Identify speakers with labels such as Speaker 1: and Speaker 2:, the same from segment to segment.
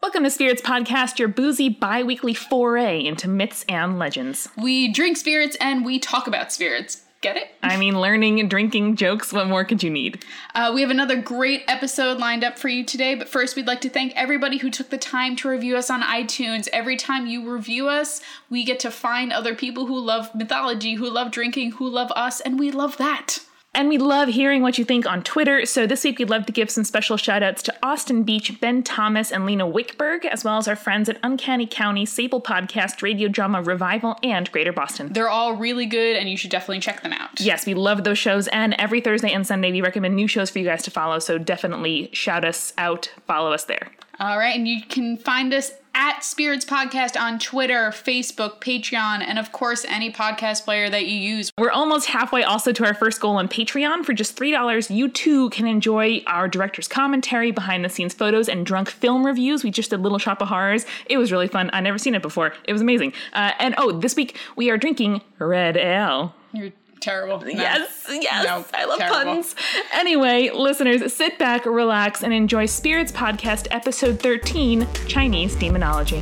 Speaker 1: Welcome to Spirits Podcast, your boozy bi weekly foray into myths and legends.
Speaker 2: We drink spirits and we talk about spirits. Get it?
Speaker 1: I mean, learning and drinking jokes, what more could you need?
Speaker 2: Uh, we have another great episode lined up for you today, but first, we'd like to thank everybody who took the time to review us on iTunes. Every time you review us, we get to find other people who love mythology, who love drinking, who love us, and we love that.
Speaker 1: And we love hearing what you think on Twitter. So this week we'd love to give some special shout outs to Austin Beach, Ben Thomas, and Lena Wickberg, as well as our friends at Uncanny County, Sable Podcast, Radio Drama Revival, and Greater Boston.
Speaker 2: They're all really good, and you should definitely check them out.
Speaker 1: Yes, we love those shows. And every Thursday and Sunday we recommend new shows for you guys to follow. So definitely shout us out, follow us there.
Speaker 2: All right, and you can find us at Spirits Podcast on Twitter, Facebook, Patreon, and of course, any podcast player that you use.
Speaker 1: We're almost halfway also to our first goal on Patreon. For just $3, you too can enjoy our director's commentary, behind the scenes photos, and drunk film reviews. We just did Little Shop of Horrors. It was really fun. i never seen it before. It was amazing. Uh, and oh, this week we are drinking Red Ale.
Speaker 2: You're terrible. No.
Speaker 1: Yes, yes.
Speaker 2: No,
Speaker 1: I love
Speaker 2: terrible.
Speaker 1: puns. Anyway, listeners, sit back, relax, and enjoy Spirits Podcast Episode 13 Chinese Demonology.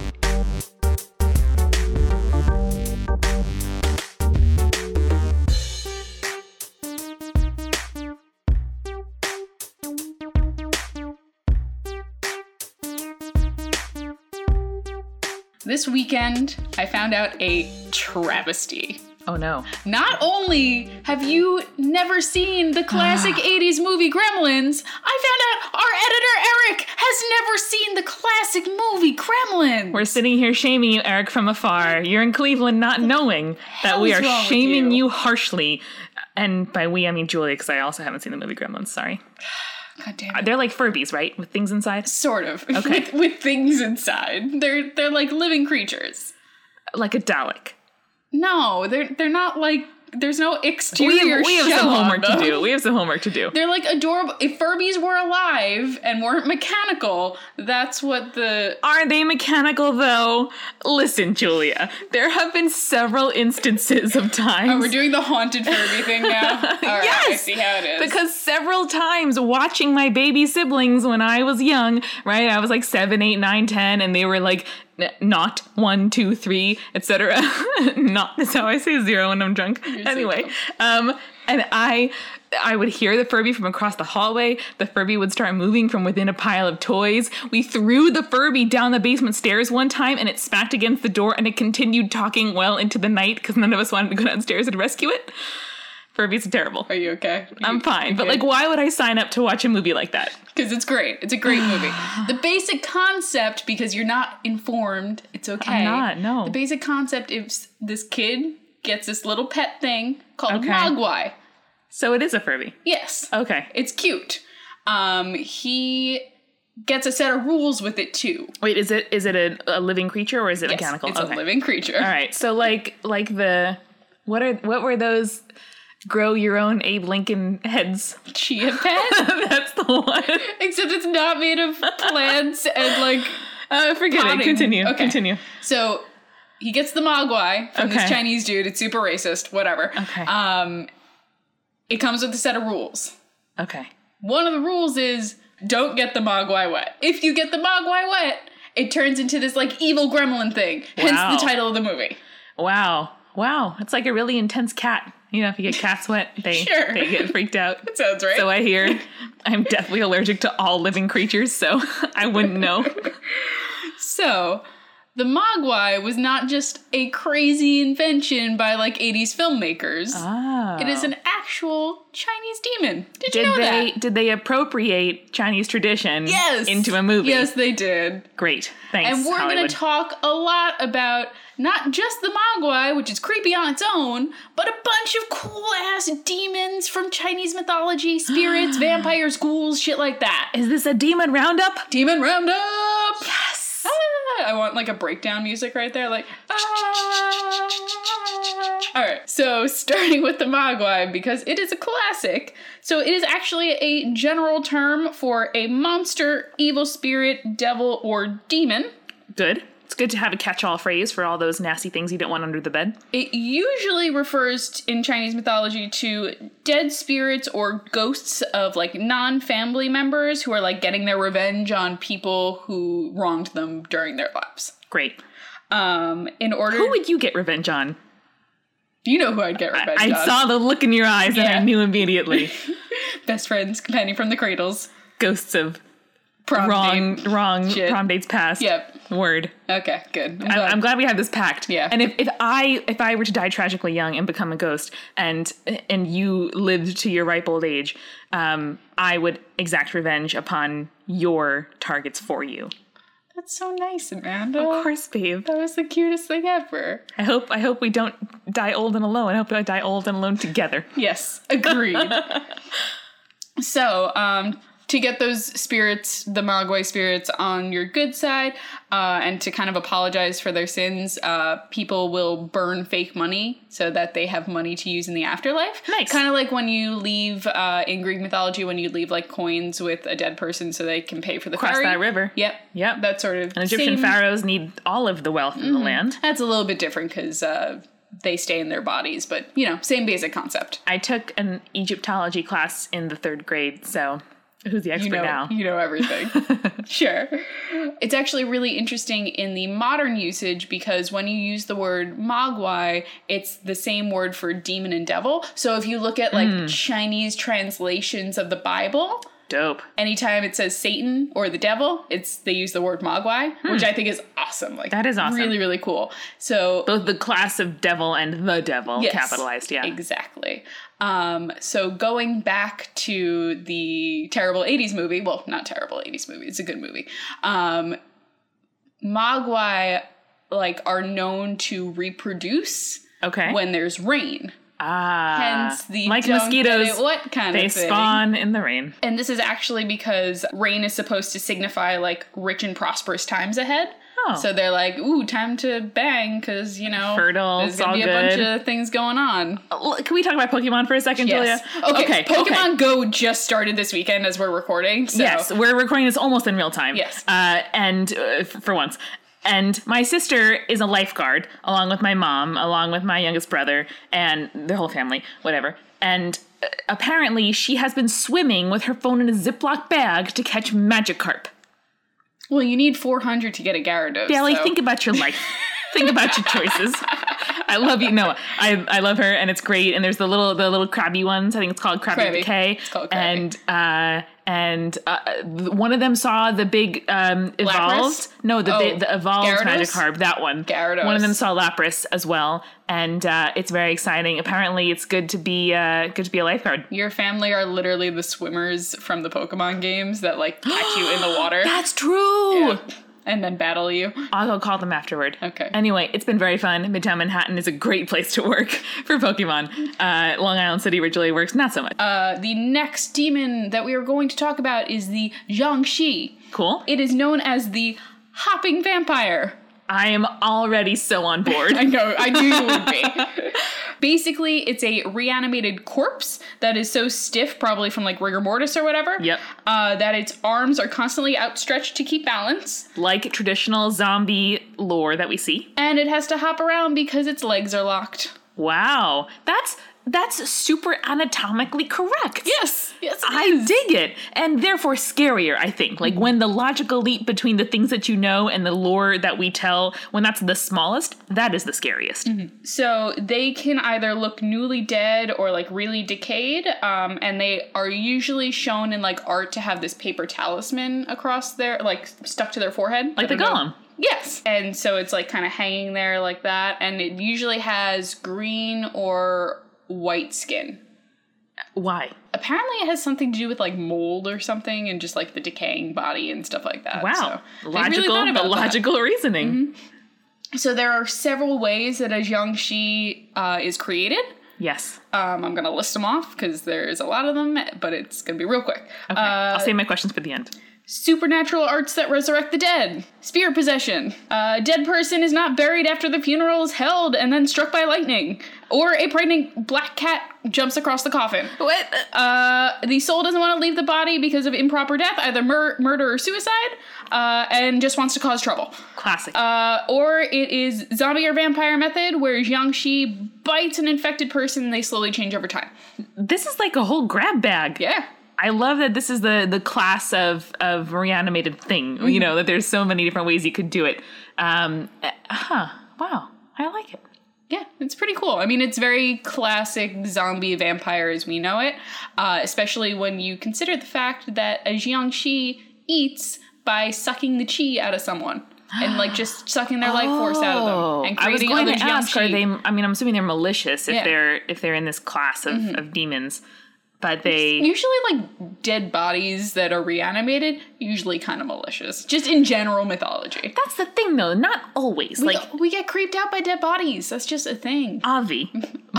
Speaker 2: This weekend, I found out a travesty.
Speaker 1: Oh no.
Speaker 2: Not only have you never seen the classic
Speaker 1: Ah.
Speaker 2: 80s movie Gremlins, I found out our editor Eric has never seen the classic movie Gremlins.
Speaker 1: We're sitting here shaming you, Eric, from afar. You're in Cleveland not knowing that we
Speaker 2: is
Speaker 1: are
Speaker 2: wrong with
Speaker 1: shaming
Speaker 2: you?
Speaker 1: you? harshly. And by we, I mean Julie, because I also haven't seen the movie Gremlins. Sorry.
Speaker 2: God damn it.
Speaker 1: They're like Furbies, right? With things inside?
Speaker 2: Sort of.
Speaker 1: Okay.
Speaker 2: with, with things inside. They're they're like living creatures.
Speaker 1: Like a Dalek.
Speaker 2: No, they're they're not like there's no
Speaker 1: We
Speaker 2: exterior
Speaker 1: have, we have
Speaker 2: shell
Speaker 1: some
Speaker 2: on
Speaker 1: homework to
Speaker 2: them.
Speaker 1: do. We have some homework to do.
Speaker 2: They're like adorable. If Furbies were alive and weren't mechanical, that's what the
Speaker 1: Are they mechanical though? Listen, Julia, there have been several instances of times.
Speaker 2: Oh, we're doing the haunted Furby thing now. All right, I
Speaker 1: Yes!
Speaker 2: see how it is.
Speaker 1: because several times watching my baby siblings when I was young, right? I was like seven, eight, nine, ten, and they were like n- not one, two, three, etc. not that's how I say zero when I'm drunk.
Speaker 2: so
Speaker 1: anyway, um, and I I would hear the Furby from across the hallway. The Furby would start moving from within a pile of toys. We threw the Furby down the basement stairs one time and it smacked against the door and it continued talking well into the night because none of us wanted to go downstairs and rescue it. Furbies are terrible.
Speaker 2: Are you okay?
Speaker 1: I'm fine. But like, why would I sign up to watch a movie like that?
Speaker 2: because it's great. It's a great movie. The basic concept, because you're not informed, it's okay.
Speaker 1: not, no.
Speaker 2: The basic concept is this kid gets this little pet thing called
Speaker 1: Okay.
Speaker 2: a Mogwai.
Speaker 1: So it is a Furby.
Speaker 2: Yes,
Speaker 1: Okay.
Speaker 2: it's cute. Um, he gets a set of rules with it too.
Speaker 1: Wait, is it is it a, a living creature or is it
Speaker 2: Yes,
Speaker 1: mechanical?
Speaker 2: It's
Speaker 1: okay.
Speaker 2: a living creature.
Speaker 1: All right. So like like the what are what were those grow your own Abe Lincoln heads?
Speaker 2: Chia pet,
Speaker 1: That's the one.
Speaker 2: except it's not made of plants and like
Speaker 1: Uh, forget
Speaker 2: Potting.
Speaker 1: it. Continue.
Speaker 2: Okay.
Speaker 1: Continue.
Speaker 2: So he gets the Mogwai from this
Speaker 1: Okay.
Speaker 2: Chinese dude. It's super racist, whatever.
Speaker 1: Okay.
Speaker 2: Um, it comes with a set of rules.
Speaker 1: Okay.
Speaker 2: One of the rules is don't get the Mogwai wet. If you get the Mogwai wet, it turns into this like evil gremlin thing.
Speaker 1: Wow.
Speaker 2: Hence the title of the movie.
Speaker 1: Wow. Wow. It's like a really intense cat. You know, if you get cats wet, they
Speaker 2: Sure.
Speaker 1: they get freaked out.
Speaker 2: Sounds right.
Speaker 1: So I hear. I'm deathly allergic to all living creatures, so I wouldn't know.
Speaker 2: So, the Mogwai was not just a crazy invention by like 80s filmmakers.
Speaker 1: Oh.
Speaker 2: It is an actual Chinese demon. Did,
Speaker 1: Did
Speaker 2: you know
Speaker 1: they
Speaker 2: that?
Speaker 1: did they appropriate Chinese tradition
Speaker 2: Yes.
Speaker 1: into a movie?
Speaker 2: Yes, they did.
Speaker 1: Great. Thanks.
Speaker 2: And we're going
Speaker 1: Hollywood.
Speaker 2: to talk a lot about not just the Mogwai, which is creepy on its own, but a bunch of cool ass demons from Chinese mythology, spirits, vampires, ghouls, shit like that.
Speaker 1: Is this a demon roundup?
Speaker 2: Demon Roundup! Ah, like a breakdown music right there, like. ah, All right, so starting with the Mogwai, because it is a classic. So it is actually a general term for a monster, evil spirit, devil, or demon.
Speaker 1: Good. It's good to have a catch-all phrase for all those nasty things you don't want under the bed.
Speaker 2: It usually refers t- in Chinese mythology to dead spirits or ghosts of like non family members who are like getting their revenge on people who wronged them during their lives.
Speaker 1: Great.
Speaker 2: Um, in order,
Speaker 1: Who would you get revenge on?
Speaker 2: you know who I'd get revenge
Speaker 1: I
Speaker 2: on?
Speaker 1: saw the look in your eyes and
Speaker 2: Yeah.
Speaker 1: I knew immediately.
Speaker 2: best friends, companion from the cradles,
Speaker 1: Ghosts of
Speaker 2: prom
Speaker 1: wrong,
Speaker 2: date.
Speaker 1: wrong
Speaker 2: Shit.
Speaker 1: prom dates past.
Speaker 2: Yep.
Speaker 1: Word.
Speaker 2: Okay, good. I'm
Speaker 1: I'm,
Speaker 2: glad.
Speaker 1: I'm glad we have this pact.
Speaker 2: Yeah.
Speaker 1: And if, if I if I were to die tragically young and become a ghost, and and you lived to your ripe old age, um, I would exact revenge upon your targets for you.
Speaker 2: That's so nice, Amanda.
Speaker 1: Of course, babe.
Speaker 2: That was the cutest thing ever.
Speaker 1: I hope I hope we don't die old and alone. I hope we die old and alone together.
Speaker 2: Yes, agreed. so, um, to get those spirits, the Mogwai spirits, on your good side, uh, and to kind of apologize for their sins, uh, people will burn fake money so that they have money to use in the afterlife.
Speaker 1: Nice.
Speaker 2: Kind of like when you leave uh, in Greek mythology, when you leave like coins with a dead person so they can pay for the
Speaker 1: Cross
Speaker 2: ferry.
Speaker 1: that river.
Speaker 2: Yep.
Speaker 1: Yep.
Speaker 2: That sort of
Speaker 1: and Egyptian
Speaker 2: same- Mm-hmm.
Speaker 1: pharaohs need all of the wealth in the land.
Speaker 2: That's a little bit different because uh, they stay in their bodies, but you know, same basic concept.
Speaker 1: I took an Egyptology class in the third grade, so who's the expert
Speaker 2: you know,
Speaker 1: now?
Speaker 2: You know everything. sure. It's actually really interesting in the modern usage because when you use the word mogwai, it's the same word for demon and devil. So if you look at like
Speaker 1: Hmm.
Speaker 2: Chinese translations of the Bible,
Speaker 1: Dope.
Speaker 2: anytime it says Satan or the devil, it's they use the word mogwai, which I think is awesome. Like
Speaker 1: Hmm. That is awesome.
Speaker 2: Really, really cool. So
Speaker 1: Both the class of devil and the devil
Speaker 2: Yes.
Speaker 1: capitalized, yeah.
Speaker 2: Exactly. Um, so going back to the terrible 80s movie, well, not terrible 80s movie, it's a good movie. Um, Mogwai, like, are known to reproduce
Speaker 1: Okay.
Speaker 2: when there's rain.
Speaker 1: ah,
Speaker 2: Hence the
Speaker 1: like
Speaker 2: don't get it,
Speaker 1: mosquitoes,
Speaker 2: what kind
Speaker 1: they
Speaker 2: of thing?
Speaker 1: spawn in the rain.
Speaker 2: And this is actually because rain is supposed to signify like rich and prosperous times ahead.
Speaker 1: Oh.
Speaker 2: So they're like, ooh, time to bang, because you know,
Speaker 1: Fertile,
Speaker 2: There's
Speaker 1: it's
Speaker 2: gonna
Speaker 1: all
Speaker 2: be a bunch
Speaker 1: good.
Speaker 2: of things going on.
Speaker 1: Uh, L- Can we talk about Pokemon for a second,
Speaker 2: Yes.
Speaker 1: Julia?
Speaker 2: Okay. Pokemon
Speaker 1: okay.
Speaker 2: Go just started this weekend as we're recording. So
Speaker 1: Yes, we're recording this almost in real time.
Speaker 2: Yes.
Speaker 1: Uh, and uh, f- for once. And my sister is a lifeguard, along with my mom, along with my youngest brother, and the whole family, whatever. And uh, apparently, she has been swimming with her phone in a Ziploc bag to catch Magikarp.
Speaker 2: Well, you need 400 to get a Gyarados.
Speaker 1: Ellie,
Speaker 2: so-
Speaker 1: think about your life. think about your choices. I love you. No, I I love her, and it's great. And there's the little the little crabby ones. I think it's called Krabby with a
Speaker 2: Krabby.
Speaker 1: K.
Speaker 2: It's called
Speaker 1: and
Speaker 2: Krabby.
Speaker 1: uh, and uh, th- one of them saw the big um, evolved. No, the big
Speaker 2: Oh,
Speaker 1: the evolved
Speaker 2: Gyarados?
Speaker 1: Magikarp. That one.
Speaker 2: Gyarados.
Speaker 1: One of them saw Lapras as well, and uh, it's very exciting. Apparently, it's good to be uh, good to be a lifeguard.
Speaker 2: your family are literally the swimmers from the Pokemon games that like catch you in the water
Speaker 1: That's true.
Speaker 2: and then battle you.
Speaker 1: I'll go call them afterward.
Speaker 2: Okay.
Speaker 1: Anyway, it's been very fun. Midtown Manhattan is a great place to work for Pokemon. Uh, Long Island City, where Julia works, not so much.
Speaker 2: Uh, the next demon that we are going to talk about is the Jiangshi.
Speaker 1: cool.
Speaker 2: It is known as the hopping vampire.
Speaker 1: I am already so on board.
Speaker 2: I know, I knew you would be. Basically, it's a reanimated corpse that is so stiff, probably from like rigor mortis or whatever,
Speaker 1: Yep.
Speaker 2: uh, that its arms are constantly outstretched to keep balance,
Speaker 1: like traditional zombie lore that we see.
Speaker 2: and it has to hop around because its legs are locked.
Speaker 1: Wow. That's that's super anatomically correct.
Speaker 2: Yes, yes.
Speaker 1: I dig it, and therefore scarier. I think,
Speaker 2: Mm-hmm.
Speaker 1: like when the logical leap between the things that you know and the lore that we tell, when that's the smallest, that is the scariest.
Speaker 2: Mm-hmm. so they can either look newly dead or like really decayed, um, and they are usually shown in like art to have this paper talisman across their like stuck to their forehead, I
Speaker 1: Like the
Speaker 2: don't know.
Speaker 1: golem.
Speaker 2: Yes. And so it's like kind of hanging there like that. And it usually has green or white skin.
Speaker 1: Why?
Speaker 2: Apparently, it has something to do with like mold or something and just like the decaying body and stuff like that.
Speaker 1: Wow.
Speaker 2: So they really
Speaker 1: logical,
Speaker 2: thought about
Speaker 1: but
Speaker 2: that. Mm-hmm.
Speaker 1: logical reasoning.
Speaker 2: So there are several ways that a Jiangshi uh, is created.
Speaker 1: Yes.
Speaker 2: Um, I'm going to list them off because there's a lot of them, but it's going to be real quick. Uh,
Speaker 1: Okay. I'll save my questions for the end.
Speaker 2: supernatural arts that resurrect the dead, spear possession, a dead person is not buried after the funeral is held and then struck by lightning, or a pregnant black cat jumps across the coffin.
Speaker 1: What?
Speaker 2: Uh, the soul doesn't want to leave the body because of improper death, either mur- murder or suicide, uh, and just wants to cause trouble.
Speaker 1: Classic.
Speaker 2: Uh, or it is zombie or vampire method, where Jiangxi bites an infected person and they slowly change over time.
Speaker 1: this is like a whole grab bag.
Speaker 2: Yeah.
Speaker 1: I love that this is the the class of of reanimated thing.
Speaker 2: Mm-hmm.
Speaker 1: You know that there's so many different ways you could do it. Um, uh, huh. Wow. I like it.
Speaker 2: Yeah, it's pretty cool. I mean, it's very classic zombie vampire as we know it, uh, especially when you consider the fact that a Jiangxi eats by sucking the chi out of someone and like just sucking their life force out of them and
Speaker 1: Oh. I was
Speaker 2: creating
Speaker 1: going
Speaker 2: other
Speaker 1: to ask, are
Speaker 2: Jiangxi.
Speaker 1: they? I mean, I'm assuming they're malicious if
Speaker 2: Yeah. Mm-hmm.
Speaker 1: they're if they're in this class of, of demons, but they.
Speaker 2: usually like dead bodies that are reanimated usually kind of malicious just in general mythology
Speaker 1: That's the thing, though. Not always.
Speaker 2: we,
Speaker 1: like
Speaker 2: we get creeped out by dead bodies that's just a thing
Speaker 1: Avi,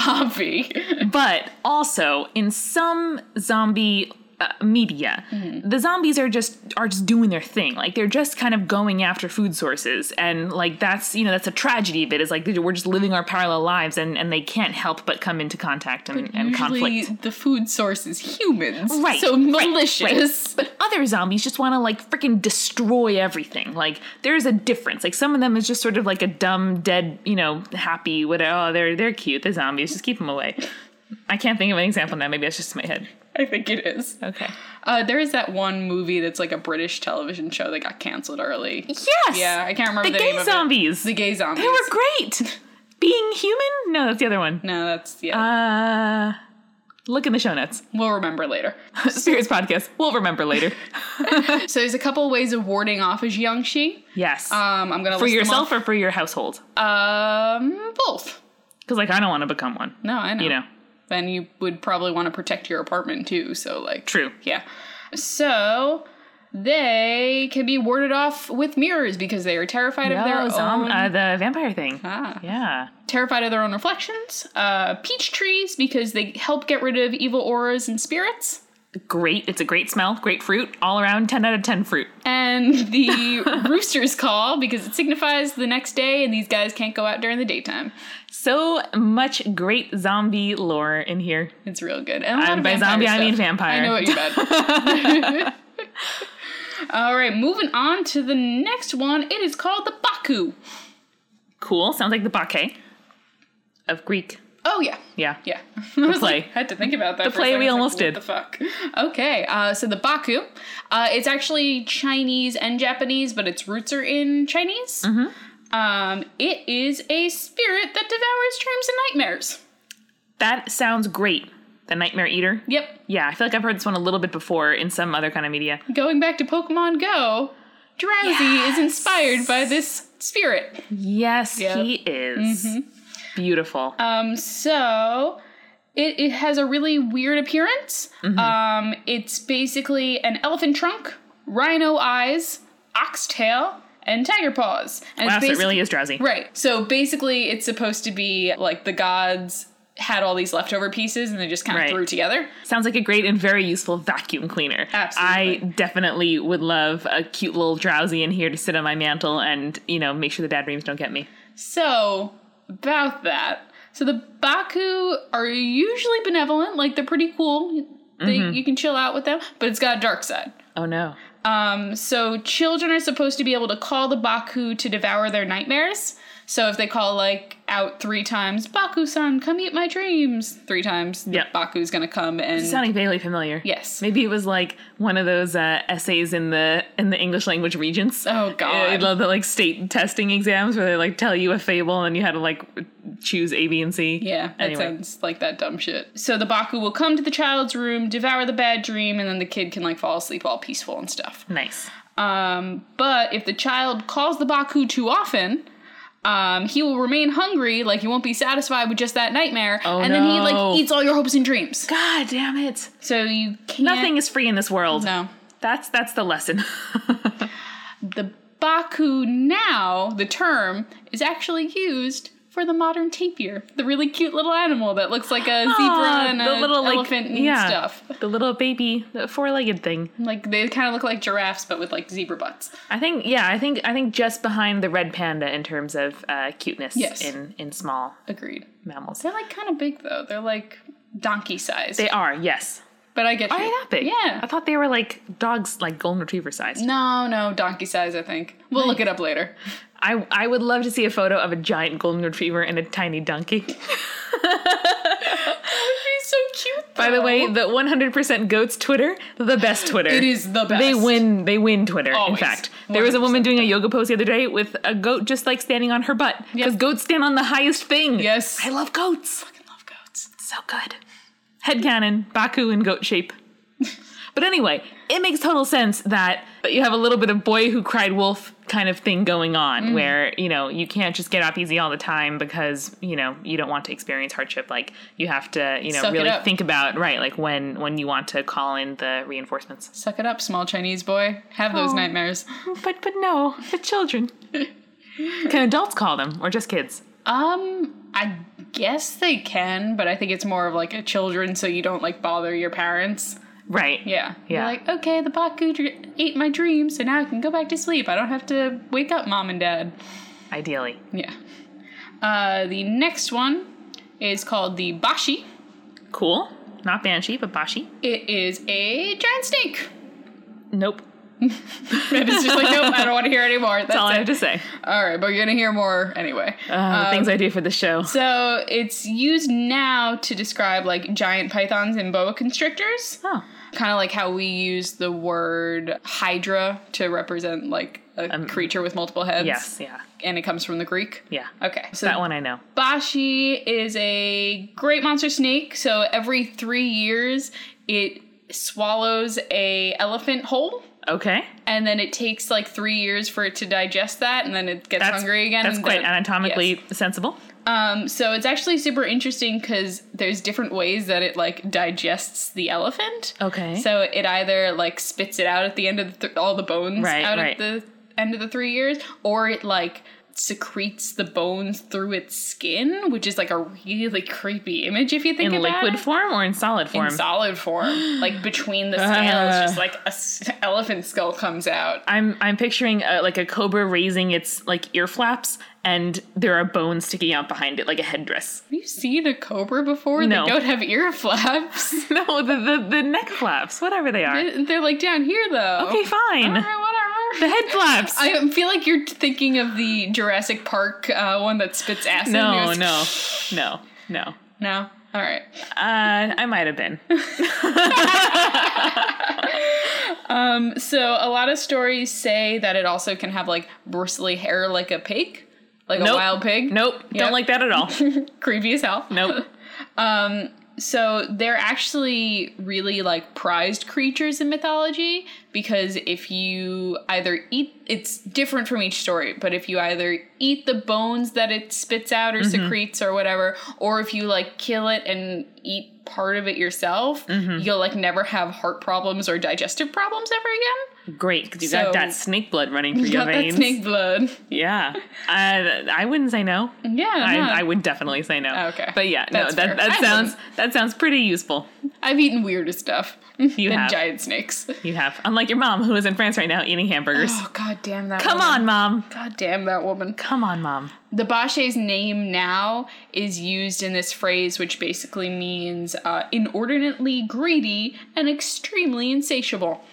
Speaker 2: Avi.
Speaker 1: but also in some zombie uh, media the zombies are just are just doing their thing like they're just kind of going after food sources and like that's you know that's a tragedy of it is like they- we're just living our parallel lives and and they can't help but come into contact and, and
Speaker 2: usually
Speaker 1: conflict
Speaker 2: the food source is humans
Speaker 1: Right,
Speaker 2: so
Speaker 1: right, right.
Speaker 2: malicious
Speaker 1: other zombies just want to like freaking destroy everything like there's a difference like some of them is just sort of like a dumb dead you know happy whatever oh they're they're cute the zombies just keep them away i can't think of an example now maybe that's just in my head
Speaker 2: i think it is
Speaker 1: okay
Speaker 2: uh, there is that one movie that's like a british television show that got canceled early
Speaker 1: Yes.
Speaker 2: yeah i can't remember
Speaker 1: The
Speaker 2: the,
Speaker 1: gay
Speaker 2: name of
Speaker 1: zombies.
Speaker 2: it. the gay zombies
Speaker 1: they were great. Being human? No, that's the other one.
Speaker 2: no that's yeah
Speaker 1: Uh, look in the show notes.
Speaker 2: we'll remember later
Speaker 1: Spirits podcast. We'll remember later.
Speaker 2: so there's a couple ways of warding off a jiangxi
Speaker 1: Yes.
Speaker 2: um, i'm gonna
Speaker 1: Uh, for
Speaker 2: list them
Speaker 1: yourself
Speaker 2: off.
Speaker 1: or for your household?
Speaker 2: Um, both.
Speaker 1: Because like I don't want to become one.
Speaker 2: No, I know.
Speaker 1: You know.
Speaker 2: Then you would probably want to protect your apartment too. So like,
Speaker 1: True.
Speaker 2: yeah. So they can be warded off with mirrors because they are terrified of their
Speaker 1: No, zom-
Speaker 2: own.
Speaker 1: uh, the vampire thing.
Speaker 2: Ah.
Speaker 1: Yeah.
Speaker 2: terrified of their own reflections. Uh, peach trees because they help get rid of evil auras and spirits.
Speaker 1: Great. It's a great smell. Great fruit. All around. Ten out of ten fruit.
Speaker 2: And the rooster's call because it signifies the next day, and these guys can't go out during the daytime.
Speaker 1: So much great zombie lore in here.
Speaker 2: It's real good. And a lot
Speaker 1: Um,
Speaker 2: of
Speaker 1: by
Speaker 2: vampire
Speaker 1: zombie, I
Speaker 2: stuff.
Speaker 1: mean vampire.
Speaker 2: I know what you meant. All right, moving on to the next one. It is called the Baku.
Speaker 1: Cool. Sounds like the bacchae of Greek.
Speaker 2: Oh yeah,
Speaker 1: Yeah.
Speaker 2: yeah. I was
Speaker 1: play.
Speaker 2: like- I had to think about that. The
Speaker 1: play we almost did.
Speaker 2: The fuck. Okay, uh, so the Baku. Uh, it's actually Chinese and Japanese, but its roots are in Chinese.
Speaker 1: Mm-hmm.
Speaker 2: Um, it is a spirit that devours dreams and nightmares.
Speaker 1: That sounds great. The Nightmare Eater.
Speaker 2: Yep.
Speaker 1: Yeah, I feel like I've heard this one a little bit before in some other kind of media.
Speaker 2: Going back to Pokemon Go, Drowsy
Speaker 1: Yes.
Speaker 2: is inspired by this spirit.
Speaker 1: Yes,
Speaker 2: Yep. Mm-hmm.
Speaker 1: he is. Beautiful.
Speaker 2: Um, so it, it has a really weird appearance.
Speaker 1: Mm-hmm.
Speaker 2: Um, it's basically an elephant trunk, rhino eyes, oxtail, and tiger paws. And
Speaker 1: wow,
Speaker 2: it's
Speaker 1: so it
Speaker 2: basi-
Speaker 1: really is drowsy.
Speaker 2: right. So basically, it's supposed to be like the gods had all these leftover pieces and they just kind of
Speaker 1: Right.
Speaker 2: threw together.
Speaker 1: Sounds like a great and very useful vacuum cleaner.
Speaker 2: Absolutely.
Speaker 1: I definitely would love a cute little drowsy in here to sit on my mantle and, you know, make sure the bad dreams don't get me.
Speaker 2: So, about that. So, the Baku are usually benevolent, like they're pretty cool. They,
Speaker 1: Mm-hmm.
Speaker 2: You can chill out with them, but it's got a dark side.
Speaker 1: Oh no.
Speaker 2: Um, so children are supposed to be able to call the Baku to devour their nightmares. So if they call like out three times, Baku-san, come eat my dreams, three times, the
Speaker 1: Yep.
Speaker 2: Baku's gonna come and
Speaker 1: Sounding vaguely familiar.
Speaker 2: yes,
Speaker 1: Maybe it was like one of those uh, essays in the in the English language regents.
Speaker 2: Oh, God.
Speaker 1: I love the like state testing exams where they like tell you a fable and you had to like choose A, B, and C.
Speaker 2: yeah, that
Speaker 1: Anyway.
Speaker 2: sounds like that dumb shit. So the Baku will come to the child's room, devour the bad dream, and then the kid can like fall asleep all peaceful and stuff.
Speaker 1: Nice.
Speaker 2: Um, but if the child calls the Baku too often, um, he will remain hungry, like he won't be satisfied with just that nightmare,
Speaker 1: Oh,
Speaker 2: and then he
Speaker 1: no.
Speaker 2: like eats all your hopes and dreams.
Speaker 1: God damn it!
Speaker 2: So you can't.
Speaker 1: Nothing is free in this world.
Speaker 2: No.
Speaker 1: That's that's the lesson.
Speaker 2: The Baku now, the term, is actually used for the modern tapir, the really cute little animal that looks like a zebra
Speaker 1: Aw,
Speaker 2: and
Speaker 1: Ah, the
Speaker 2: a
Speaker 1: little, like,
Speaker 2: elephant and
Speaker 1: yeah.
Speaker 2: stuff.
Speaker 1: The little baby, the four-legged thing.
Speaker 2: Like they kind of look like giraffes, but with like zebra butts.
Speaker 1: I think, yeah, I think, I think just behind the red panda in terms of uh, cuteness
Speaker 2: Yes.
Speaker 1: in in small
Speaker 2: Agreed.
Speaker 1: mammals.
Speaker 2: They're like kind of big though. They're like donkey sized.
Speaker 1: They are, yes.
Speaker 2: but I get
Speaker 1: Are
Speaker 2: you.
Speaker 1: they that big?
Speaker 2: Yeah.
Speaker 1: I thought they were like dogs, like golden retriever size.
Speaker 2: No, no, donkey size. I think we'll look it up later.
Speaker 1: I I would love to see a photo of a giant golden retriever and a tiny donkey.
Speaker 2: He's so cute.
Speaker 1: By the way,
Speaker 2: though.
Speaker 1: the 100% goats Twitter, the best Twitter.
Speaker 2: it is the best.
Speaker 1: They win. They win Twitter.
Speaker 2: Always.
Speaker 1: In fact, there was a woman
Speaker 2: 100%
Speaker 1: doing a yoga pose the other day with a goat just like standing on her butt because
Speaker 2: Yep.
Speaker 1: goats stand on the highest thing.
Speaker 2: Yes.
Speaker 1: I love goats.
Speaker 2: I love goats.
Speaker 1: So good. Headcanon, Baku in goat shape. but anyway, it makes total sense that that you have a little bit of boy who cried wolf kind of thing going on
Speaker 2: Mm.
Speaker 1: where, you know, you can't just get up easy all the time because, you know, you don't want to experience hardship. Like you have to, you know,
Speaker 2: Suck it
Speaker 1: really
Speaker 2: up.
Speaker 1: think about right, like when when you want to call in the reinforcements.
Speaker 2: Suck it up, small Chinese boy. Have those
Speaker 1: Oh.
Speaker 2: nightmares.
Speaker 1: But but no, the children. Can adults call them or just kids?
Speaker 2: Um, I guess they can, but I think it's more of like a children, so you don't like bother your parents.
Speaker 1: Right.
Speaker 2: Yeah,
Speaker 1: Yeah.
Speaker 2: You're like, okay, the Baku dr- ate my dream, so now I can go back to sleep. I don't have to wake up mom and dad.
Speaker 1: Ideally.
Speaker 2: Yeah. Uh, the next one is called the Bashi.
Speaker 1: Cool. Not banshee, but bashi.
Speaker 2: It is a giant snake.
Speaker 1: Nope.
Speaker 2: And it's just like, nope, I don't want to hear anymore. That's
Speaker 1: That's all I
Speaker 2: it.
Speaker 1: have to say.
Speaker 2: All right, but you're gonna hear more anyway.
Speaker 1: Uh, the
Speaker 2: Um,
Speaker 1: things I do for the show.
Speaker 2: So it's used now to describe like giant pythons and boa constrictors.
Speaker 1: Oh,
Speaker 2: Kind of like how we use the word hydra to represent like a creature with multiple heads.
Speaker 1: Um, yes, yeah,
Speaker 2: And it comes from the Greek.
Speaker 1: yeah.
Speaker 2: Okay. So
Speaker 1: That one I know.
Speaker 2: Bashi is a great monster snake, so every 3 years it swallows a elephant whole.
Speaker 1: Okay,
Speaker 2: And then it takes like three years for it to digest that, and then it gets
Speaker 1: that's
Speaker 2: hungry again.
Speaker 1: That's
Speaker 2: and
Speaker 1: quite
Speaker 2: then-
Speaker 1: anatomically
Speaker 2: Yes.
Speaker 1: sensible.
Speaker 2: Um, so it's actually super interesting because there's different ways that it like digests the elephant.
Speaker 1: Okay.
Speaker 2: So it either like spits it out at the end of the th- all the bones
Speaker 1: Right,
Speaker 2: out
Speaker 1: right.
Speaker 2: at the end of the three years, or it like secretes the bones through its skin, which is like a really creepy image if you think
Speaker 1: in
Speaker 2: about
Speaker 1: liquid
Speaker 2: it.
Speaker 1: form or in solid form?
Speaker 2: In solid form, like between the scales,
Speaker 1: Ah.
Speaker 2: just like a s- elephant skull comes out.
Speaker 1: I'm I'm picturing uh like a cobra raising its like ear flaps, and there are bones sticking out behind it like a headdress.
Speaker 2: Have you seen a cobra before?
Speaker 1: No.
Speaker 2: They don't have ear flaps.
Speaker 1: no, the, the the neck flaps, whatever they are.
Speaker 2: They're like down here though.
Speaker 1: Okay, fine. The
Speaker 2: All right, whatever.
Speaker 1: head flaps.
Speaker 2: I feel like you're thinking of the Jurassic Park uh, one that spits acid. and
Speaker 1: no,
Speaker 2: goes,
Speaker 1: no, no, no.
Speaker 2: no. All right.
Speaker 1: Uh, I might have been.
Speaker 2: Um, so a lot of stories say that it also can have like bristly hair like a pig, like a
Speaker 1: Nope.
Speaker 2: wild pig.
Speaker 1: Nope,
Speaker 2: Yep.
Speaker 1: don't like that at all.
Speaker 2: Creepy as hell.
Speaker 1: Nope.
Speaker 2: Um, so they're actually really like prized creatures in mythology because if you either eat, it's different from each story, but if you either eat the bones that it spits out
Speaker 1: Mm-hmm.
Speaker 2: or secretes or whatever, or if you like kill it and eat part of it yourself,
Speaker 1: Mm-hmm.
Speaker 2: you'll like never have heart problems or digestive problems ever again.
Speaker 1: Great, because you
Speaker 2: So-
Speaker 1: got that snake blood running through
Speaker 2: You
Speaker 1: your
Speaker 2: got
Speaker 1: veins.
Speaker 2: that snake blood.
Speaker 1: Yeah, I, I wouldn't say no.
Speaker 2: Yeah, no.
Speaker 1: I, I would definitely say no.
Speaker 2: Mm-hmm. Uh-huh. Oh, Okay.
Speaker 1: but yeah,
Speaker 2: That's
Speaker 1: no,
Speaker 2: fair.
Speaker 1: that that
Speaker 2: I
Speaker 1: sounds that sounds pretty useful.
Speaker 2: I've eaten weirder stuff than
Speaker 1: have.
Speaker 2: giant snakes.
Speaker 1: You have, unlike your mom, who is in France right now eating hamburgers.
Speaker 2: Oh god damn that!
Speaker 1: Come
Speaker 2: woman.
Speaker 1: on, mom.
Speaker 2: God damn that woman.
Speaker 1: Come on, mom.
Speaker 2: The Bashe's name now is used in this phrase, which basically means uh, inordinately greedy and extremely insatiable.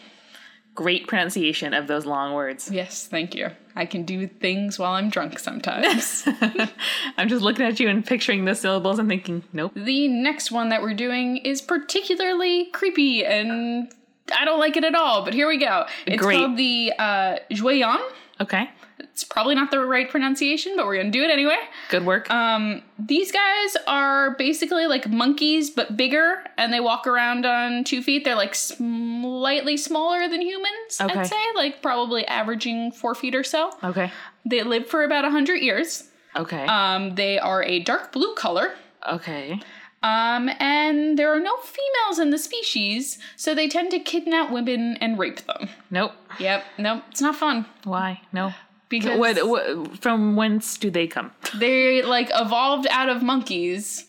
Speaker 1: Great pronunciation of those long words.
Speaker 2: Yes, thank you. I can do things while I'm drunk sometimes.
Speaker 1: I'm just looking at you and picturing the syllables and thinking, nope.
Speaker 2: the next one that we're doing is particularly creepy and I don't like it at all, but here we go. It's
Speaker 1: Great.
Speaker 2: called the uh, Joyon.
Speaker 1: Okay,
Speaker 2: It's probably not the right pronunciation, but we're going to do it anyway.
Speaker 1: good work.
Speaker 2: Um, these guys are basically like monkeys, but bigger, and they walk around on two feet. They're like slightly smaller than humans,
Speaker 1: Okay.
Speaker 2: I'd say, like probably averaging four feet or so.
Speaker 1: okay,
Speaker 2: They live for about 100 years.
Speaker 1: okay,
Speaker 2: Um, they are a dark blue color.
Speaker 1: okay.
Speaker 2: Um, and there are no females in the species, so they tend to kidnap women and rape them.
Speaker 1: Nope.
Speaker 2: Yep, nope, it's not fun.
Speaker 1: Why? No.
Speaker 2: because
Speaker 1: What, what from whence do they come?
Speaker 2: they like evolved out of monkeys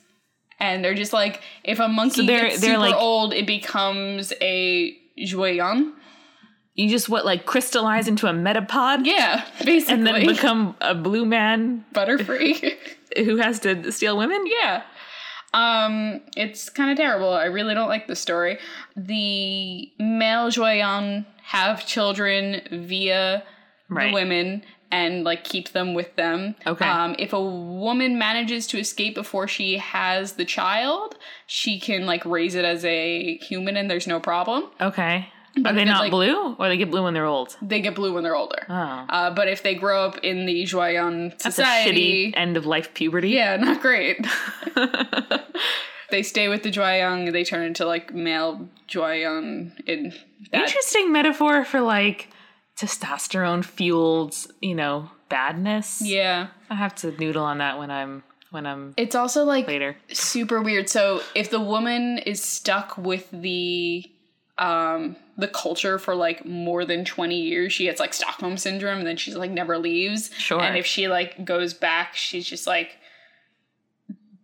Speaker 2: and they're just like if a monkey
Speaker 1: they're-
Speaker 2: gets
Speaker 1: they're,
Speaker 2: super
Speaker 1: like-
Speaker 2: old it becomes a joyon
Speaker 1: You just what like crystallize into a metapod
Speaker 2: yeah basically
Speaker 1: and then become a blue man
Speaker 2: butterfree
Speaker 1: who has to steal women?
Speaker 2: yeah um it's kind of terrible i really don't like the story the male joyon have children via
Speaker 1: Right.
Speaker 2: the women and like keep them with them.
Speaker 1: Okay.
Speaker 2: Um, if a woman manages to escape before she has the child, she can like raise it as a human and there's no problem.
Speaker 1: Okay. Are
Speaker 2: if
Speaker 1: they
Speaker 2: Mm-hmm. it's,
Speaker 1: not
Speaker 2: like-
Speaker 1: blue, or they get blue when they're old?
Speaker 2: They get blue when they're older.
Speaker 1: Oh.
Speaker 2: Uh, but if they grow up in the Joyon
Speaker 1: That's a
Speaker 2: society,
Speaker 1: shitty end of life puberty.
Speaker 2: yeah, not great. they stay with the Joyon, they turn into like male Joyon in that.
Speaker 1: Interesting metaphor for like testosterone fueled, you know, badness.
Speaker 2: Yeah.
Speaker 1: I have to noodle on that when I'm when I'm
Speaker 2: It's also like
Speaker 1: later.
Speaker 2: super weird. So if the woman is stuck with the um the culture for like more than 20 years, she gets like Stockholm syndrome and then she's like never leaves.
Speaker 1: Sure.
Speaker 2: And if she like goes back, she's just like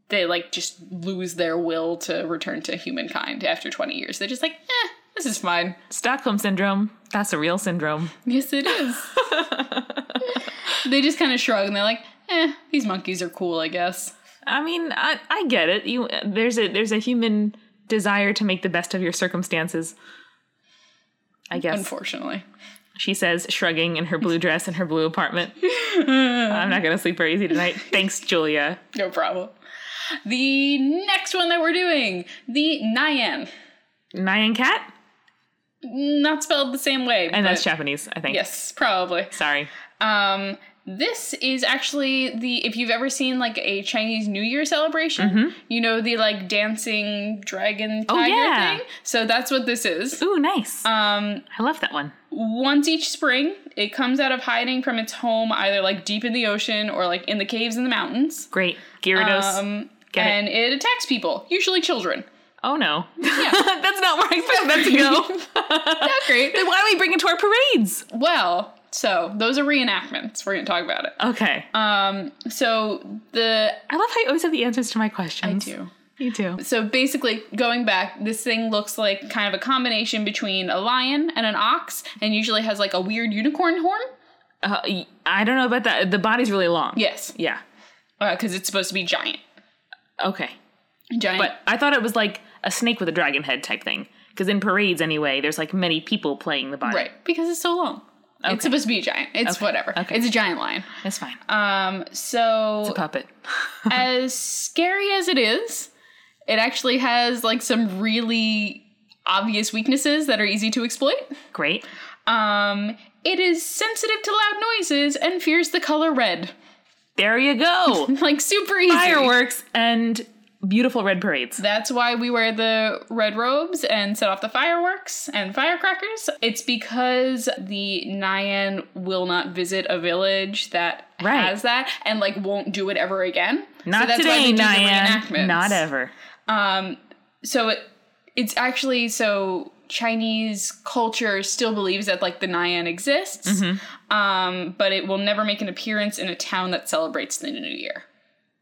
Speaker 2: they like just lose their will to return to humankind after 20 years. They're just like, "Eh, this is fine."
Speaker 1: Stockholm syndrome. That's a real syndrome.
Speaker 2: Yes, it is. they just kind of shrug and they're like, "Eh, these monkeys are cool, I guess."
Speaker 1: I mean, I, I get it. You there's a there's a human desire to make the best of your circumstances. I guess
Speaker 2: Unfortunately.
Speaker 1: she says, shrugging in her blue dress in her blue apartment. I'm not gonna sleep very easy tonight. Thanks, Julia.
Speaker 2: No problem. The next one that we're doing, the Nyan.
Speaker 1: Nyan cat,
Speaker 2: Not spelled the same way.
Speaker 1: and that's
Speaker 2: but-
Speaker 1: Japanese, I think.
Speaker 2: Yes, probably.
Speaker 1: Sorry.
Speaker 2: Um, this is actually the if you've ever seen like a Chinese New Year celebration,
Speaker 1: Mm-hmm.
Speaker 2: you know the like dancing dragon tiger
Speaker 1: Oh, yeah.
Speaker 2: thing. So that's what this is.
Speaker 1: Ooh, nice.
Speaker 2: Um,
Speaker 1: I love that one.
Speaker 2: once each spring, it comes out of hiding from its home, either like deep in the ocean or like in the caves in the mountains.
Speaker 1: Great. Gyarados.
Speaker 2: Um,
Speaker 1: Get it.
Speaker 2: and it attacks people, usually children.
Speaker 1: oh no. that's not where I expected that to go.
Speaker 2: Not great.
Speaker 1: then why don't we bring it to our parades?
Speaker 2: Well, so those are reenactments. We're going to talk about it.
Speaker 1: Okay.
Speaker 2: Um, so the
Speaker 1: I love how you always have the answers to my questions. You do.
Speaker 2: So basically, going back, this thing looks like kind of a combination between a lion and an ox, and usually has like a weird unicorn horn.
Speaker 1: Uh, y- I don't know about that. The body's really long.
Speaker 2: Yes,
Speaker 1: Yeah.
Speaker 2: because it's supposed to be giant.
Speaker 1: Okay.
Speaker 2: Giant.
Speaker 1: But I thought it was like a snake with a dragon head type thing. Because in parades, anyway, there's like many people playing the body.
Speaker 2: right, because it's so long. It's supposed to be a giant. It's
Speaker 1: Okay.
Speaker 2: whatever.
Speaker 1: Okay.
Speaker 2: It's a giant lion.
Speaker 1: That's fine.
Speaker 2: Um, so
Speaker 1: it's a puppet.
Speaker 2: as scary as it is, it actually has like some really obvious weaknesses that are easy to exploit.
Speaker 1: Great.
Speaker 2: Um, it is sensitive to loud noises and fears the color red.
Speaker 1: There you go.
Speaker 2: Like super easy.
Speaker 1: Fireworks and beautiful red parades.
Speaker 2: That's why we wear the red robes and set off the fireworks and firecrackers. It's because the Nyan will not visit a village that
Speaker 1: Right.
Speaker 2: has that and like won't do it ever again.
Speaker 1: Not today,
Speaker 2: they do the
Speaker 1: Nyan.
Speaker 2: reenactments.
Speaker 1: Not ever.
Speaker 2: Um, so it, it's actually so Chinese culture still believes that like the Nyan exists,
Speaker 1: Mm-hmm.
Speaker 2: um, but it will never make an appearance in a town that celebrates the New Year.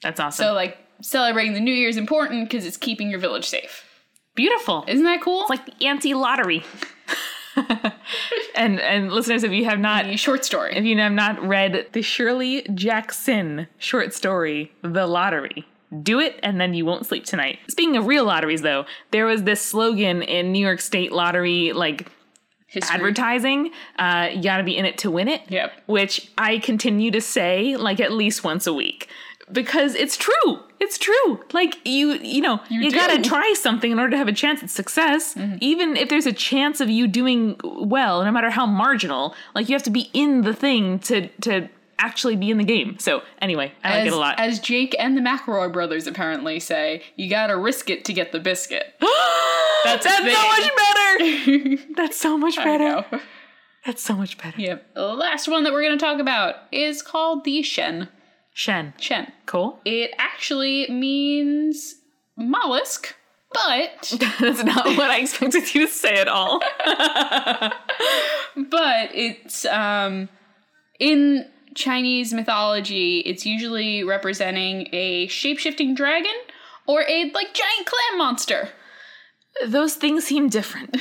Speaker 1: That's awesome.
Speaker 2: So like celebrating the New Year is important because it's keeping your village safe.
Speaker 1: beautiful.
Speaker 2: Isn't that cool?
Speaker 1: It's like the anti lottery. and and listeners, if you have not
Speaker 2: a short
Speaker 1: if
Speaker 2: story.
Speaker 1: you have not read the Shirley Jackson short story, The Lottery, do it and then you won't sleep tonight. Speaking of real lotteries though, there was this slogan in New York State lottery like
Speaker 2: History.
Speaker 1: advertising, uh, you gotta be in it to win it.
Speaker 2: Yep.
Speaker 1: Which I continue to say like at least once a week. Because it's true. It's true. Like you you know, you,
Speaker 2: do. Mm-hmm.
Speaker 1: gotta try something in order to have a chance at success. Even if there's a chance of you doing well, no matter how marginal, like you have to be in the thing to to actually be in the game. So anyway, I like
Speaker 2: as,
Speaker 1: it a lot.
Speaker 2: as Jake and the McElroy brothers apparently say, you gotta risk it to get the biscuit.
Speaker 1: that's
Speaker 2: big.
Speaker 1: so much better. That's so much
Speaker 2: I
Speaker 1: better.
Speaker 2: know.
Speaker 1: That's so much better.
Speaker 2: Yep. The last one that we're gonna talk about is called the Shen.
Speaker 1: Shen.
Speaker 2: Shen.
Speaker 1: Cool.
Speaker 2: It actually means mollusk, but
Speaker 1: That's not what I expected you to say at all.
Speaker 2: but it's um in Chinese mythology, it's usually representing a shape-shifting dragon or a like giant clam monster.
Speaker 1: Those things seem different.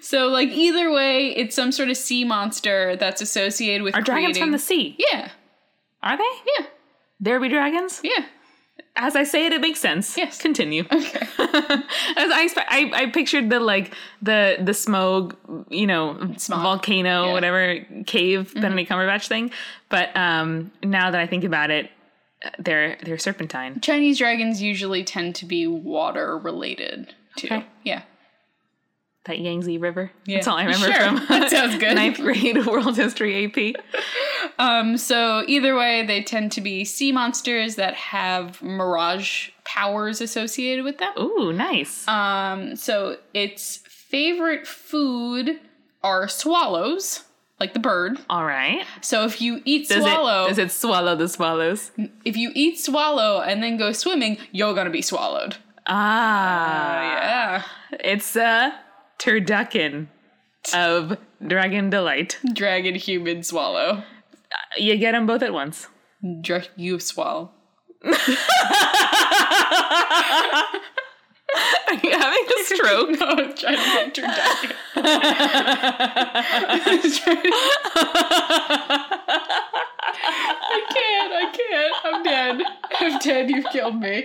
Speaker 2: So like either way, it's some sort of sea monster that's associated with
Speaker 1: Are dragons from the
Speaker 2: creating-
Speaker 1: sea?
Speaker 2: Yeah.
Speaker 1: Are they?
Speaker 2: Yeah.
Speaker 1: There be dragons?
Speaker 2: Yeah.
Speaker 1: As I say it, it makes sense.
Speaker 2: Yes.
Speaker 1: Continue.
Speaker 2: Okay.
Speaker 1: As I, spe- I I pictured the like the the smog, you know,
Speaker 2: Smog.
Speaker 1: volcano,
Speaker 2: Yeah. Mm-hmm.
Speaker 1: whatever cave Benedict Cumberbatch thing. But um, now that I think about it, uh, they're they're serpentine.
Speaker 2: Chinese dragons usually tend to be water related too.
Speaker 1: Okay.
Speaker 2: Yeah.
Speaker 1: That Yangtze River.
Speaker 2: Yeah.
Speaker 1: That's all I remember
Speaker 2: Sure.
Speaker 1: from
Speaker 2: That sounds good.
Speaker 1: ninth grade world history AP.
Speaker 2: Um, so either way, they tend to be sea monsters that have mirage powers associated with them.
Speaker 1: Ooh, nice.
Speaker 2: Um, so its favorite food are swallows, like the bird.
Speaker 1: all right.
Speaker 2: So if you eat
Speaker 1: Does
Speaker 2: swallow,
Speaker 1: it does it swallow the swallows?
Speaker 2: if you eat swallow and then go swimming, you're gonna be swallowed.
Speaker 1: Ah,
Speaker 2: Yeah,
Speaker 1: it's a turducken of dragon delight.
Speaker 2: dragon, human, swallow,
Speaker 1: You get them both at once.
Speaker 2: Dra- you swallow.
Speaker 1: Are you having a
Speaker 2: Oh
Speaker 1: stroke?
Speaker 2: no, I'm trying to picture dragon. I can't. I can't. I'm dead. I'm dead. You've killed me.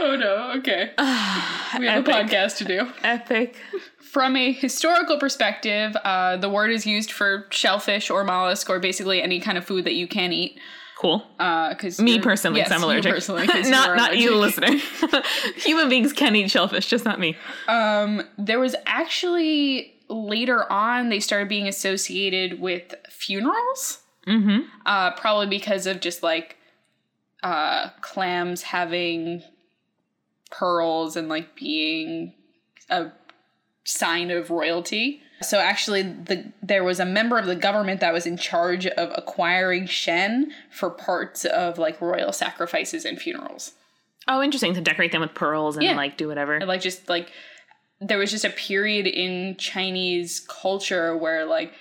Speaker 2: Oh no. Okay. We have a
Speaker 1: Epic.
Speaker 2: podcast to do.
Speaker 1: Epic.
Speaker 2: From a historical perspective, uh, the word is used for shellfish or mollusk or basically any kind of food that you can eat.
Speaker 1: Cool.
Speaker 2: Because
Speaker 1: Me personally,
Speaker 2: yes,
Speaker 1: because I'm
Speaker 2: you
Speaker 1: allergic.
Speaker 2: personally, 'cause you
Speaker 1: not
Speaker 2: are
Speaker 1: not you,
Speaker 2: allergic.
Speaker 1: listener. Human beings can eat shellfish, just not me.
Speaker 2: Um, there was actually later on they started being associated with funerals.
Speaker 1: Mm-hmm.
Speaker 2: uh, probably because of just like uh, clams having pearls and like being a sign of royalty. So actually, the there was a member of the government that was in charge of acquiring Shen for parts of like royal sacrifices and funerals,
Speaker 1: Oh, interesting. To decorate them with pearls and
Speaker 2: Yeah.
Speaker 1: like do whatever.
Speaker 2: and like just like there was just a period in Chinese culture where like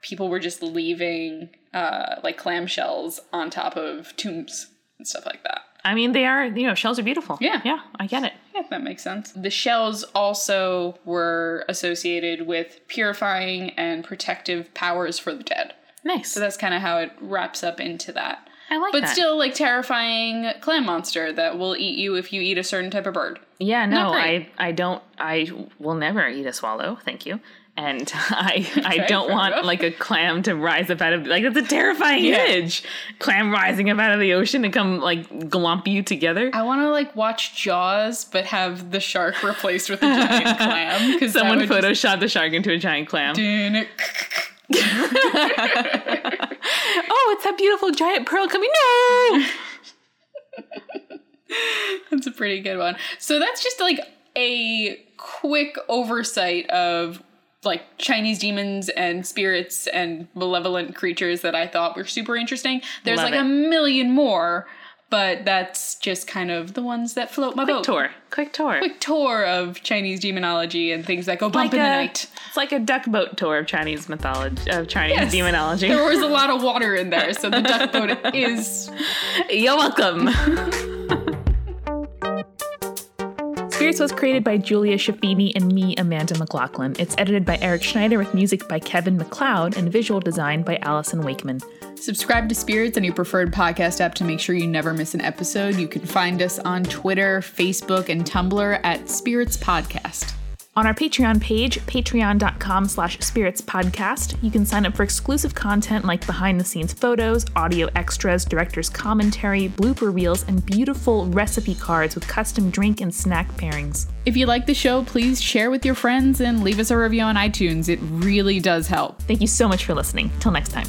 Speaker 2: people were just leaving uh, like clamshells on top of tombs and stuff like that.
Speaker 1: I mean, they are. You know, shells are beautiful.
Speaker 2: Yeah.
Speaker 1: Yeah. I get it.
Speaker 2: Yeah, that makes sense. The shells also were associated with purifying and protective powers for the dead.
Speaker 1: Nice.
Speaker 2: So that's kind of how it wraps up into that.
Speaker 1: I like
Speaker 2: But
Speaker 1: that.
Speaker 2: still, like terrifying clam monster that will eat you if you eat a certain type of bird.
Speaker 1: Yeah, no,
Speaker 2: Not
Speaker 1: I
Speaker 2: great.
Speaker 1: I don't I will never eat a swallow, thank you. And I I
Speaker 2: Okay,
Speaker 1: don't
Speaker 2: fair
Speaker 1: want
Speaker 2: enough.
Speaker 1: like a clam to rise up out of like that's a terrifying
Speaker 2: Yeah.
Speaker 1: image. Clam rising up out of the ocean and come like glomp you together.
Speaker 2: I want to like watch Jaws, but have the shark replaced with a giant clam because
Speaker 1: Someone photoshopped the shark into a giant clam. Oh, it's that beautiful giant pearl coming. No.
Speaker 2: That's a pretty good one. So that's just like a quick oversight of like Chinese demons and spirits and malevolent creatures that I thought were super interesting. There's
Speaker 1: Love
Speaker 2: like
Speaker 1: it.
Speaker 2: a million more, but that's just kind of the ones that float my
Speaker 1: Quick
Speaker 2: boat.
Speaker 1: Oh, tour. Quick tour.
Speaker 2: Quick tour of Chinese demonology and things that go bump
Speaker 1: Like
Speaker 2: in the
Speaker 1: a-
Speaker 2: night.
Speaker 1: It's like a duck boat tour of Chinese mythology of Chinese
Speaker 2: Yes.
Speaker 1: demonology.
Speaker 2: There was a lot of water in there, so the duck boat is
Speaker 1: You're welcome. Spirits was created by Julia Shafini and me, Amanda McLaughlin. It's edited by Eric Schneider with music by Kevin McLeod and visual design by Allison Wakeman.
Speaker 2: Subscribe to Spirits on your preferred podcast app to make sure you never miss an episode. You can find us on Twitter, Facebook, and Tumblr at Spirits Podcast.
Speaker 1: On our Patreon page, patreon.com slash spirits podcast, you can sign up for exclusive content like behind the scenes photos, audio extras, director's commentary, blooper reels, and beautiful recipe cards with custom drink and snack pairings.
Speaker 2: If you like the show, please share with your friends and leave us a review on iTunes. It really does help.
Speaker 1: Thank you so much for listening. Till next time.